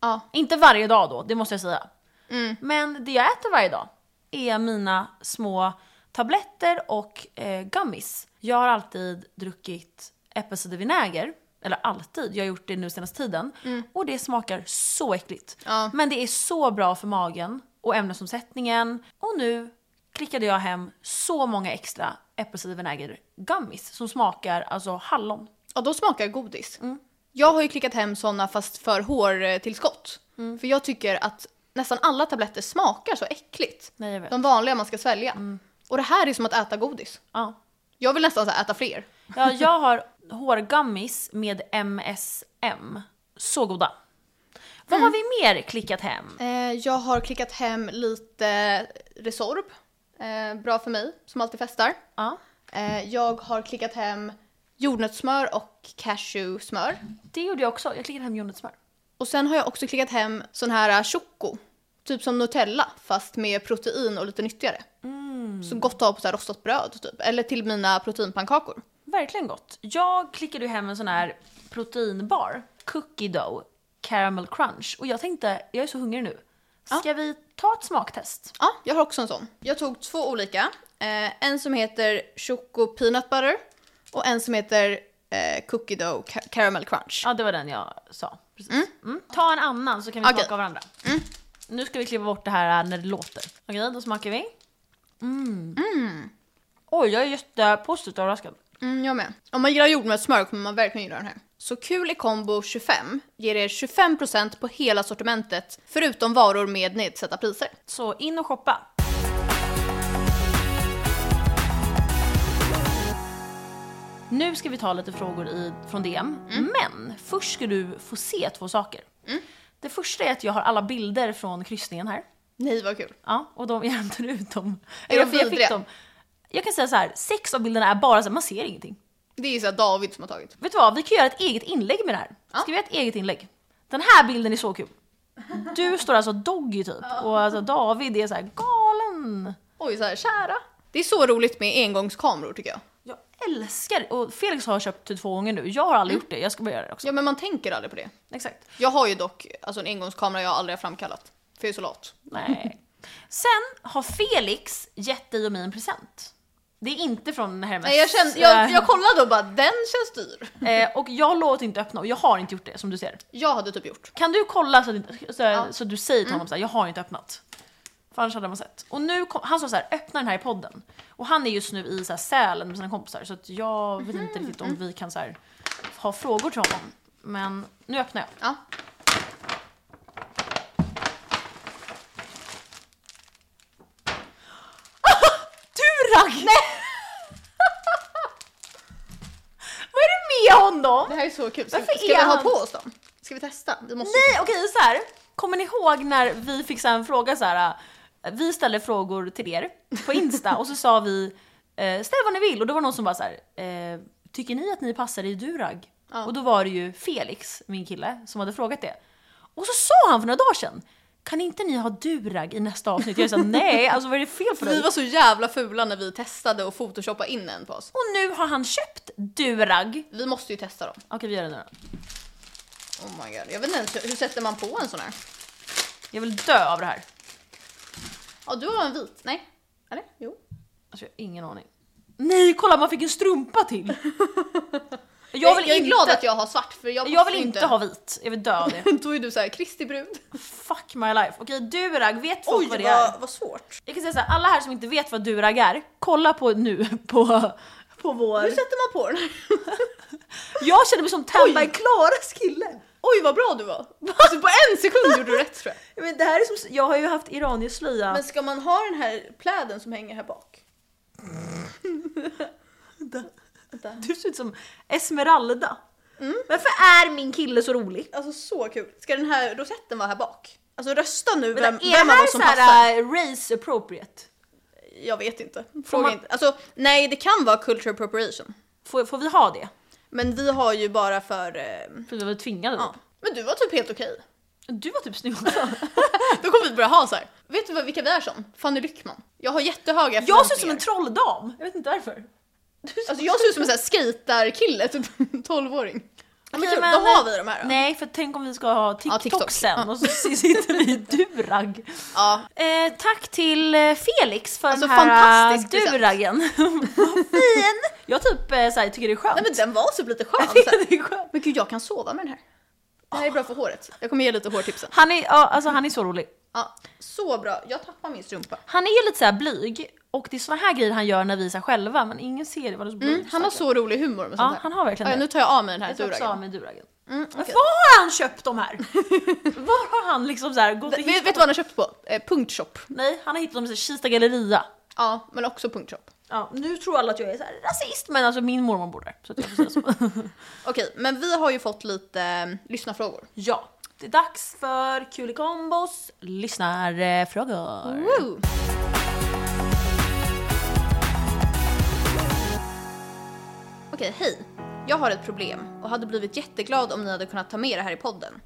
Speaker 1: Ja.
Speaker 2: Inte varje dag då, det måste jag säga.
Speaker 1: Mm.
Speaker 2: Men det jag äter varje dag är mina små tabletter och eh, gummies. Jag har alltid druckit äppelcidervinäger, eller alltid, jag har gjort det nu senaste tiden. Och det smakar så äckligt.
Speaker 1: Mm. Ja.
Speaker 2: Men det är så bra för magen och ämnesomsättningen. Och nu klickade jag hem så många extra äppelcidervinäger gummies som smakar alltså hallon.
Speaker 1: Ja, de smakar godis. Jag har ju klickat hem såna fast för hårtillskott. För jag tycker att nästan alla tabletter smakar så äckligt.
Speaker 2: Nej, jag vet.
Speaker 1: De vanliga man ska svälja. Och det här är som att äta godis.
Speaker 2: Ja.
Speaker 1: Jag vill nästan så här äta fler.
Speaker 2: Ja, jag har hårgummis med MSM. Så goda. Vad har vi mer klickat hem?
Speaker 1: Eh, jag har klickat hem lite Resorb. Eh, bra för mig som alltid festar.
Speaker 2: Ja,
Speaker 1: Eh, jag har klickat hem jordnötssmör och cashewsmör.
Speaker 2: det gjorde jag också. Jag klickade hem jordnötssmör.
Speaker 1: Och sen har jag också klickat hem sån här äh, choco. Typ som Nutella fast med protein och lite nyttigare. Så gott att ha på så här rostat bröd typ. Eller till mina proteinpannkakor.
Speaker 2: Verkligen gott. Jag klickade ju hem en sån här proteinbar, cookie dough, caramel crunch. Och jag tänkte, jag är så hungrig nu. Ska vi ta ett smaktest?
Speaker 1: Ja, jag har också en sån. Jag tog två olika. Eh, en som heter choco peanut butter och en som heter eh, cookie dough ca- caramel crunch.
Speaker 2: Ja, det var den jag sa. Precis. Mm. Ta en annan så kan vi
Speaker 1: Okej.
Speaker 2: smaka av varandra. Nu ska vi kliva bort det här äh, när det låter. Okej, då smakar vi. Mm. Oj, jag är jättepositivt överraskad.
Speaker 1: Mm, jag med. Om man gillar jordnötssmör kommer man verkligen gilla den här. Så kul i kombo 25 ger er 25% på hela sortimentet förutom varor med nedsatta priser.
Speaker 2: Så in och shoppa. Nu ska vi ta lite frågor i, från DM, men först ska du få se två saker. Det första är att jag har alla bilder från kryssningen här.
Speaker 1: Nej vad kul.
Speaker 2: Ja, och de, jag hämtade ut dem.
Speaker 1: Är de
Speaker 2: Jag- jag fick
Speaker 1: vidriga?
Speaker 2: dem. Jag kan säga så här, sex av bilderna är bara så här, man ser ingenting.
Speaker 1: Det är ju såhär David som har tagit.
Speaker 2: Vet du vad, vi kan göra ett eget inlägg med det här. Ska vi göra ett eget inlägg? Den här bilden är så kul. Du står alltså doggy typ och alltså David är så här galen.
Speaker 1: Oj, så här, kära. Det är så roligt med engångskameror tycker jag.
Speaker 2: Jag älskar och Felix har köpt det två gånger nu. Jag har
Speaker 1: Mm.
Speaker 2: aldrig gjort det, jag ska börja göra det också.
Speaker 1: Ja, men man tänker aldrig på det.
Speaker 2: Exakt.
Speaker 1: Jag har ju dock alltså, en engångskamera jag aldrig har framkallat. För jag är så lat.
Speaker 2: Nej. Sen har Felix gett dig och mig en present. Det är inte från Hermes.
Speaker 1: Nej, jag, kände, jag, jag kollade och bara den känns dyr.
Speaker 2: Eh, och jag låter inte öppna och jag har inte gjort det som du ser.
Speaker 1: Jag hade typ gjort.
Speaker 2: Kan du kolla så att, inte- så,
Speaker 1: Ja.
Speaker 2: så att du säger till honom så här, jag har inte öppnat. För annars hade man sett. Och nu kom, han sa så här, öppna den här i podden. Och han är just nu i så här Sälen med sina kompisar så att jag vet inte riktigt om vi kan så här, ha frågor till honom. Men nu öppnar jag.
Speaker 1: Ja.
Speaker 2: Durag! Nej! Vad är det med honom?
Speaker 1: Det här är så kul. Ska,
Speaker 2: Varför
Speaker 1: ska
Speaker 2: är
Speaker 1: vi ha
Speaker 2: han-
Speaker 1: på oss dem? Ska vi testa? Vi måste.
Speaker 2: Nej, okej så här. Kommer ni ihåg när vi fick så här en fråga så här. äh, Vi ställde frågor till er på Insta och så sa vi eh, ställ vad ni vill och då var det någon som bara så här. Eh, tycker ni att ni passar i durag?
Speaker 1: Ja.
Speaker 2: Och då var det ju Felix, min kille, som hade frågat det. Och så sa han för några dagar sedan. Kan inte ni ha durag i nästa avsnitt? Jag sa nej, alltså vad är det fel på
Speaker 1: Vi
Speaker 2: dig?
Speaker 1: var så jävla fula när vi testade och photoshoppade in en på oss.
Speaker 2: Och nu har han köpt durag.
Speaker 1: Vi måste ju testa dem.
Speaker 2: Okej vi gör det nu då.
Speaker 1: Oh my god. Jag vet inte ens, hur sätter man på en sån här?
Speaker 2: Jag vill dö av det här.
Speaker 1: Ja, du har en vit. Nej? Eller? Jo.
Speaker 2: Alltså jag har ingen aning. Nej kolla man fick en strumpa till! Jag vill,
Speaker 1: jag är
Speaker 2: inte,
Speaker 1: glad att jag har svart för jag,
Speaker 2: jag vill
Speaker 1: måste ju
Speaker 2: inte ha vit, jag vill dö av det.
Speaker 1: Då är du såhär Kristi brud.
Speaker 2: Fuck my life. Okej durag, vet folk vad det är?
Speaker 1: svårt.
Speaker 2: Jag kan säga såhär, alla här som inte vet vad durag är, kolla på nu på, på vår...
Speaker 1: Hur sätter man på den?
Speaker 2: Jag känner mig som Tamba i Klaras kille!
Speaker 1: Oj vad bra du var! Alltså på en sekund gjorde du rätt tror jag.
Speaker 2: Men det här är som, jag har ju haft iranisk slöja.
Speaker 1: Men ska man ha den här pläden som hänger här bak? Vänta. Mm.
Speaker 2: Du ser ut som Esmeralda. Varför är min kille så rolig?
Speaker 1: Alltså så kul. Ska den här rosetten vara här bak? Alltså rösta nu
Speaker 2: Vänta,
Speaker 1: vem,
Speaker 2: är
Speaker 1: vem
Speaker 2: det
Speaker 1: av
Speaker 2: här
Speaker 1: oss som passar.
Speaker 2: såhär äh, race appropriate?
Speaker 1: Jag vet inte. Fråga
Speaker 2: man-
Speaker 1: inte. Alltså nej det kan vara culture appropriation.
Speaker 2: Får, får vi ha det?
Speaker 1: Men vi har ju bara för... Eh,
Speaker 2: För vi var tvingade
Speaker 1: ja. Men du var typ helt okej.
Speaker 2: Du var typ snygg också.
Speaker 1: Då kommer vi börja ha så här. Vet du vad, vilka vi är som? Fanny Lyckman. Jag har jättehöga
Speaker 2: Jag ser ut som en
Speaker 1: förväntningar.
Speaker 2: trolldam. Jag vet inte varför.
Speaker 1: Alltså jag ser ut som en sån här skejtarkille, typ 12-åring. Men
Speaker 2: Okej,
Speaker 1: kul,
Speaker 2: men-
Speaker 1: då har vi de här då.
Speaker 2: Nej, för tänk om vi ska ha TikTok,
Speaker 1: Ja, TikTok.
Speaker 2: sen och så sitter vi i durag.
Speaker 1: Ja,
Speaker 2: Eh, tack till eh, Felix för
Speaker 1: Alltså,
Speaker 2: den här eh,
Speaker 1: fantastisk present.
Speaker 2: duragen. Vad fin! Jag typ eh, såhär, tycker det är skönt.
Speaker 1: Nej men den var typ lite skön.
Speaker 2: Jag tycker
Speaker 1: Så här.
Speaker 2: det är skönt.
Speaker 1: Men gud jag kan sova med den här. Det här är bra för håret. Jag kommer ge lite hårtips sen.
Speaker 2: Han är, ja, alltså, han är så rolig.
Speaker 1: Ja, så bra. Jag tappar min strumpa.
Speaker 2: Han är ju lite såhär blyg och det är såna här grejer han gör när vi är så här själva men ingen ser det. Vad det är så blyg,
Speaker 1: Mm, han har
Speaker 2: stackare.
Speaker 1: så rolig humor med sånt
Speaker 2: Ja,
Speaker 1: här.
Speaker 2: han har verkligen
Speaker 1: Ja,
Speaker 2: det.
Speaker 1: nu tar jag av mig den här
Speaker 2: Jag tar också
Speaker 1: duragen.
Speaker 2: av mig duragen.
Speaker 1: Mm, okej.
Speaker 2: Var har han köpt de här? Var har han liksom så här gått och
Speaker 1: Vet, vet du
Speaker 2: hittat?
Speaker 1: vad han har köpt på? Eh, punktshop.
Speaker 2: Nej, han har hittat dem i Kista galleria.
Speaker 1: Ja, men också punktshop.
Speaker 2: Ja, nu tror alla att jag är så här rasist men alltså min mormor bor där. Så att jag får säga så.
Speaker 1: Okej, men vi har ju fått lite eh, lyssnarfrågor.
Speaker 2: ja, det är dags för Kulikombos lyssnarfrågor.
Speaker 1: Woo! Okej, hej. Jag har ett problem och hade blivit jätteglad om ni hade kunnat ta med det här i podden.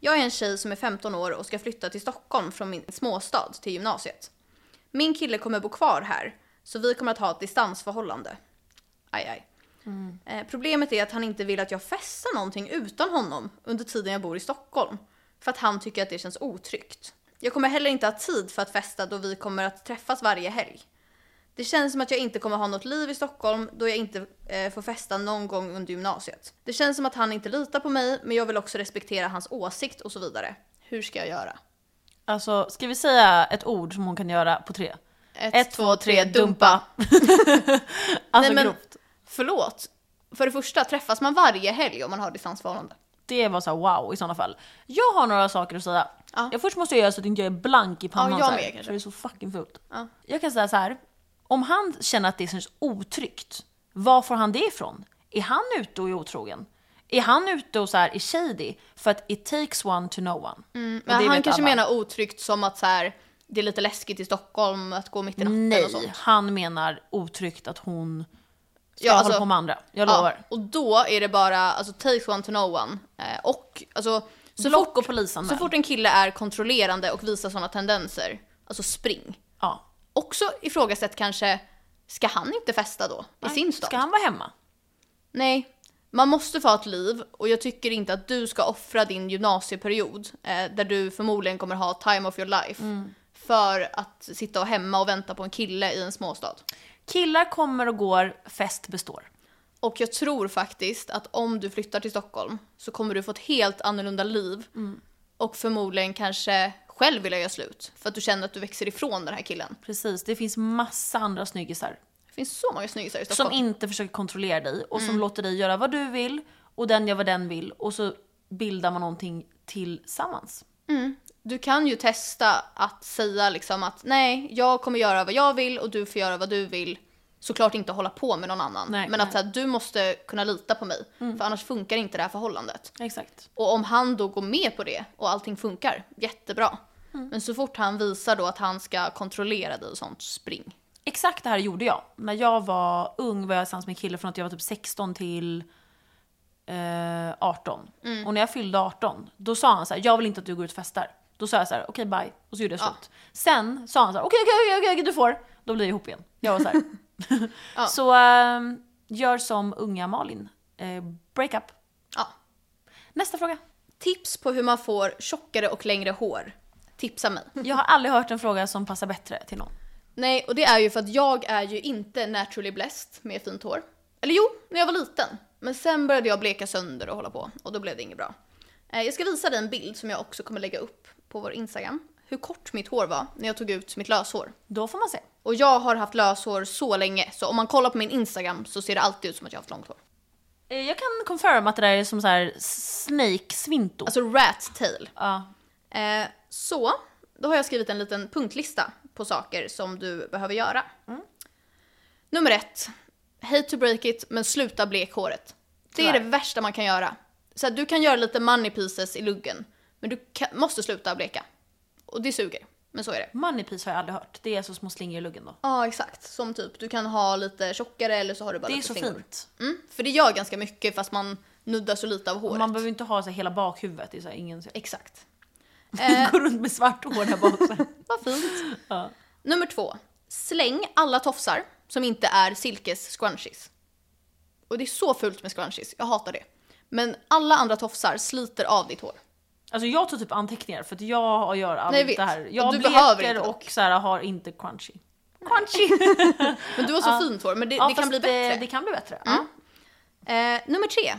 Speaker 1: Jag är en tjej som är 15 år och ska flytta till Stockholm från min småstad till gymnasiet. Min kille kommer bo kvar här, så vi kommer att ha ett distansförhållande. Aj, aj. Eh, problemet är att han inte vill att jag festar någonting utan honom under tiden jag bor i Stockholm. För att han tycker att det känns otryggt. Jag kommer heller inte ha tid för att festa då vi kommer att träffas varje helg. Det känns som att jag inte kommer ha något liv i Stockholm då jag inte eh, får festa någon gång under gymnasiet. Det känns som att han inte litar på mig men jag vill också respektera hans åsikt och så vidare. Hur ska jag göra?
Speaker 2: Alltså, ska vi säga ett ord som hon kan göra på tre?
Speaker 1: Ett,
Speaker 2: två, tre, dumpa. Alltså
Speaker 1: Nej, men,
Speaker 2: grovt.
Speaker 1: förlåt. För det första, träffas man varje helg om man har distansförhållande?
Speaker 2: Det var så här, wow i sådana fall. Jag har några saker att säga.
Speaker 1: Ja.
Speaker 2: Jag först måste jag göra så att inte jag är blank i pannan
Speaker 1: Ja, jag
Speaker 2: så här,
Speaker 1: med,
Speaker 2: för
Speaker 1: kanske.
Speaker 2: det är så fucking fult.
Speaker 1: Ja.
Speaker 2: Jag kan säga så här. om han känner att det känns otryggt, var får han det ifrån? Är han ute och är otrogen? Är han ute och så här är shady? För att it takes one to know one. Och det
Speaker 1: Mm, Men han
Speaker 2: vet
Speaker 1: kanske
Speaker 2: alla.
Speaker 1: menar otryggt som att så här, det är lite läskigt i Stockholm att gå mitt i natten och sånt.
Speaker 2: Nej, han menar otryggt att hon ska
Speaker 1: Ja,
Speaker 2: hålla
Speaker 1: alltså-
Speaker 2: på med andra. Jag
Speaker 1: Ja,
Speaker 2: lovar.
Speaker 1: och då är det bara alltså, takes one to know one. Eh, och alltså, så,
Speaker 2: Block
Speaker 1: fort,
Speaker 2: och polisanmäl.
Speaker 1: så fort en kille är kontrollerande och visar sådana tendenser, alltså spring.
Speaker 2: Ja.
Speaker 1: Också ifrågasätt kanske, ska han inte festa då? I sin stad?
Speaker 2: Ska han vara hemma?
Speaker 1: Nej. Man måste få ha ett liv och jag tycker inte att du ska offra din gymnasieperiod eh, där du förmodligen kommer ha time of your life för att sitta och hemma och vänta på en kille i en småstad.
Speaker 2: Killar kommer och går, fest består.
Speaker 1: Och jag tror faktiskt att om du flyttar till Stockholm så kommer du få ett helt annorlunda liv. Och förmodligen kanske själv vilja göra slut. För att du känner att du växer ifrån den här killen.
Speaker 2: Precis, det finns massa andra snyggisar
Speaker 1: Det finns så många snyggisar i Stockholm.
Speaker 2: som inte försöker kontrollera dig och som låter dig göra vad du vill och den gör vad den vill och så bildar man någonting tillsammans.
Speaker 1: Du kan ju testa att säga liksom att nej, jag kommer göra vad jag vill och du får göra vad du vill. Såklart inte hålla på med någon annan.
Speaker 2: Nej,
Speaker 1: men att
Speaker 2: nej. Mm.
Speaker 1: så här, du måste kunna lita på mig. För annars funkar inte det här förhållandet.
Speaker 2: Exakt.
Speaker 1: Och om han då går med på det och allting funkar, jättebra.
Speaker 2: Mm.
Speaker 1: Men så fort han visar då att han ska kontrollera dig och sånt, spring.
Speaker 2: Exakt det här gjorde jag. När jag var ung var jag tillsammans med en kille från att jag var typ 16 till eh, 18.
Speaker 1: Mm.
Speaker 2: Och när jag fyllde 18, då sa han så här: jag vill inte att du går ut och festar. Då sa jag så här: okej bye. Och så gjorde jag
Speaker 1: Ja.
Speaker 2: slut. Sen sa han så här: okej okej okej, okej, okej du får. Då blev jag ihop igen. Jag var så här.
Speaker 1: Ja.
Speaker 2: Så eh, gör som unga Malin. Eh, break up.
Speaker 1: Ja.
Speaker 2: Nästa fråga.
Speaker 1: Tips på hur man får tjockare och längre hår. Tipsa mig.
Speaker 2: Jag har aldrig hört en fråga som passar bättre till någon.
Speaker 1: Nej, och det är ju för att jag är ju inte naturally blessed med fint hår. Eller jo, när jag var liten. Men sen började jag bleka sönder och hålla på och då blev det inget bra. Eh, Jag ska visa dig en bild som jag också kommer lägga upp på vår Instagram. Hur kort mitt hår var när jag tog ut mitt löshår.
Speaker 2: Då får man se.
Speaker 1: Och jag har haft löshår så länge så om man kollar på min Instagram så ser det alltid ut som att jag har haft långt hår.
Speaker 2: Eh, Jag kan confirm att det där är som så här snake-svinto.
Speaker 1: Alltså rat tail.
Speaker 2: ja.
Speaker 1: Eh, så, då har jag skrivit en liten punktlista på saker som du behöver göra.
Speaker 2: Mm.
Speaker 1: Nummer ett. Hate to break it, men sluta blek håret. Det är
Speaker 2: Tyvärr.
Speaker 1: det värsta man kan göra. Så här, du kan göra lite money pieces i luggen, men du kan, måste sluta bleka. Och det suger, men så är det.
Speaker 2: Moneypiece har jag aldrig hört. Det är så små slingor i luggen då.
Speaker 1: Ja, exakt. Som typ, du kan ha lite tjockare eller så har du bara
Speaker 2: Det är
Speaker 1: lite
Speaker 2: så
Speaker 1: slingor.
Speaker 2: fint.
Speaker 1: Mm, för det gör ganska mycket fast man nuddar så lite av håret.
Speaker 2: Man behöver inte ha så här hela bakhuvudet. Det är så här ingen ser.
Speaker 1: Exakt. Eh,
Speaker 2: Gå runt med svart hår där bak. så här.
Speaker 1: vad fint.
Speaker 2: ja.
Speaker 1: Nummer två. Släng alla tofsar som inte är silkes scrunchies. Och det är så fult med scrunchies, jag hatar det. Men alla andra tofsar sliter av ditt hår.
Speaker 2: Alltså jag tar typ anteckningar för att jag gör allt
Speaker 1: Nej, jag vet.
Speaker 2: det här.
Speaker 1: Och
Speaker 2: Jag
Speaker 1: du behöver inte
Speaker 2: bleker
Speaker 1: dock.
Speaker 2: och så här, har inte crunchy. Crunchy!
Speaker 1: Men du har så fint hår, men det, det kan
Speaker 2: fast
Speaker 1: bli bättre. Mm.
Speaker 2: Det, det kan bli bättre. Ja.
Speaker 1: Eh, nummer tre.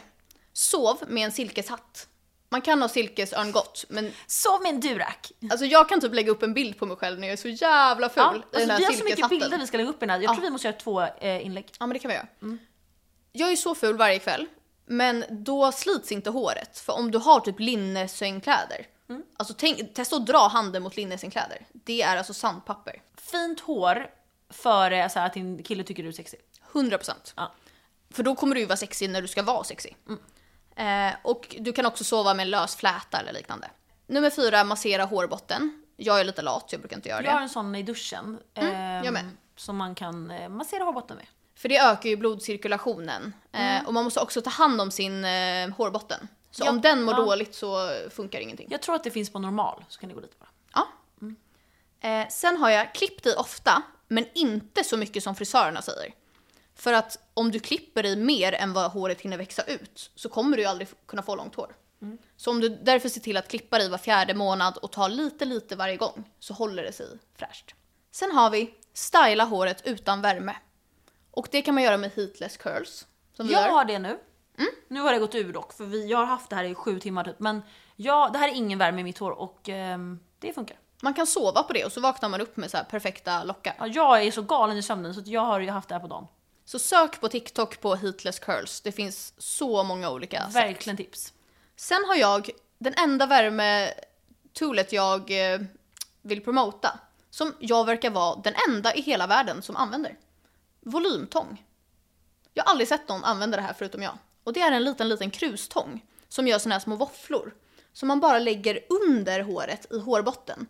Speaker 1: Sov med en silkeshatt. Man kan ha silkesörngott, men
Speaker 2: Sov med en durak.
Speaker 1: alltså, jag kan typ lägga upp en bild på mig själv när jag är så jävla ful
Speaker 2: Ja.
Speaker 1: i
Speaker 2: Alltså,
Speaker 1: den här
Speaker 2: vi har så mycket
Speaker 1: silkeshatten.
Speaker 2: bilder vi ska lägga upp i den här. Jag tror vi måste göra två eh, inlägg.
Speaker 1: Ja men det kan vi göra. Jag är så ful varje kväll. Men då slits inte håret. För om du har typ linnesängkläder. Alltså tänk, testa att dra handen mot linnesängkläder. Det är alltså sandpapper.
Speaker 2: Fint hår före så här, att din kille tycker du är sexig.
Speaker 1: 100%.
Speaker 2: Ja.
Speaker 1: För då kommer du ju vara sexig när du ska vara sexig. Eh, och du kan också sova med en lös fläta eller liknande. Nummer fyra, massera hårbotten. Jag är lite lat, jag brukar inte göra det.
Speaker 2: Jag har en sån i duschen. ehm,
Speaker 1: Mm, jag med.
Speaker 2: Som man kan eh, massera hårbotten med.
Speaker 1: För det ökar ju blodcirkulationen. Eh, och man måste också ta hand om sin eh, hårbotten. Så
Speaker 2: Mm. Ja,
Speaker 1: om den mår
Speaker 2: ja.
Speaker 1: dåligt så funkar ingenting.
Speaker 2: Jag tror att det finns på normal, så kan ni gå dit bara.
Speaker 1: Ja. Eh, sen har jag klippt dig ofta, men inte så mycket som frisörerna säger. För att om du klipper dig mer än vad håret hinner växa ut så kommer du ju aldrig f- kunna få långt hår. Så om du därför ser till att klippa dig var fjärde månad och ta lite lite varje gång så håller det sig fräscht. Sen har vi styla håret utan värme. Och det kan man göra med heatless curls. Som vi
Speaker 2: Jag
Speaker 1: gör. Mm.
Speaker 2: har det nu. Nu har det gått ur dock, för vi, jag har haft det här i sju timmar typ. Men ja, det här är ingen värme i mitt hår och ehm, det funkar.
Speaker 1: Man kan sova på det och så vaknar man upp med så här perfekta lockar.
Speaker 2: Ja, jag är så galen i sömnen så att jag har ju haft det här på dagen.
Speaker 1: Så sök på TikTok på heatless curls. Det finns så många olika sätt.
Speaker 2: Verkligen tips.
Speaker 1: Sen har jag den enda värmetoolet jag eh, vill promota. Som jag verkar vara den enda i hela världen som använder. Volymtång. Jag har aldrig sett någon använda det här förutom jag. Och det är en liten, liten krustång som gör såna här små våfflor. Som man bara lägger under håret i hårbotten.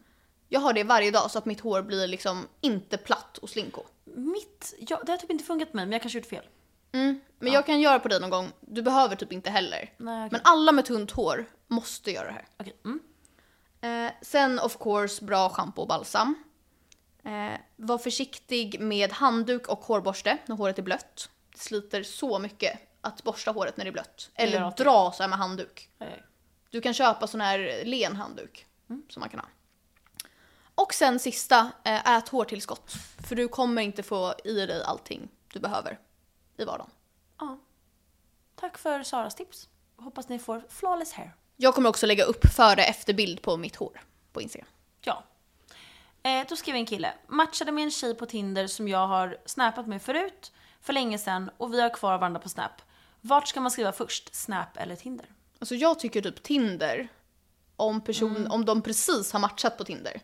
Speaker 1: Jag har det varje dag så att mitt hår blir liksom inte platt och slinko.
Speaker 2: Mitt, ja, det har typ inte funkat med mig, men jag kanske gjort fel.
Speaker 1: Mm, men jag kan göra på dig någon gång. Du behöver typ inte heller.
Speaker 2: Nej, okej.
Speaker 1: Men alla med tunt hår måste göra det här.
Speaker 2: Okej, mm.
Speaker 1: Eh, sen of course bra shampoo och balsam. Eh, var försiktig med handduk och hårborste när håret är blött. Det sliter så mycket att borsta håret när det är blött.
Speaker 2: gör
Speaker 1: Eller
Speaker 2: alltid.
Speaker 1: dra så här med handduk.
Speaker 2: Eh, Mm.
Speaker 1: Du kan köpa sån här len handduk som man kan ha. Och sen sista, eh, ät hårtillskott. För du kommer inte få i dig allting du behöver i vardagen.
Speaker 2: Ja. Tack för Saras tips. Hoppas ni får flawless hair.
Speaker 1: Jag kommer också lägga upp före efterbild på mitt hår på Instagram.
Speaker 2: Ja. Eh, då skrev en kille. Matchade med en tjej på Tinder som jag har snappat med förut, för länge sedan och vi har kvar varandra på Snap. Vart ska man skriva först? Snap eller Tinder?
Speaker 1: Alltså jag tycker typ Tinder, om, person,
Speaker 2: Mm.
Speaker 1: om de precis har matchat på Tinder.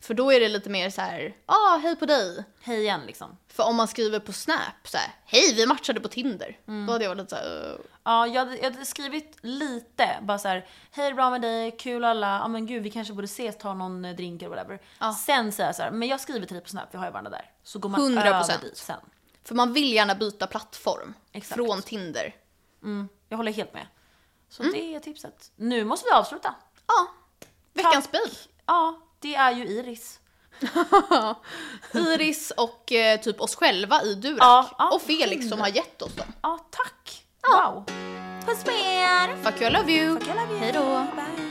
Speaker 1: För då är det lite mer så här, ah hej på dig.
Speaker 2: Hej igen liksom.
Speaker 1: För om man skriver på Snap så här, hej vi matchade på Tinder.
Speaker 2: Mm.
Speaker 1: Då hade jag varit lite så här, "Öh."
Speaker 2: Ja, jag hade, jag hade skrivit lite. Bara så här, hej det är bra med dig, kul alla, ja men gud vi kanske borde ses, ta någon eh, drink eller whatever. Sen säger jag så här, men jag skriver till dig på Snap, vi har ju varandra där. Så går man
Speaker 1: 100%.
Speaker 2: över dit sen.
Speaker 1: för man vill gärna byta plattform
Speaker 2: Exakt.
Speaker 1: från Tinder.
Speaker 2: Jag håller helt med. Så det är tipset. Nu måste vi avsluta.
Speaker 1: Ja, veckans
Speaker 2: Tack.
Speaker 1: bil.
Speaker 2: Ja, det är ju Iris.
Speaker 1: Iris och eh, typ oss själva i Durak.
Speaker 2: Ja, ja,
Speaker 1: och Felix som har gett oss dem.
Speaker 2: Ja, tack. Wow. Puss på er!
Speaker 1: Fuck you, I love you!
Speaker 2: Fuck, I love you.
Speaker 1: Hejdå.
Speaker 2: Bye.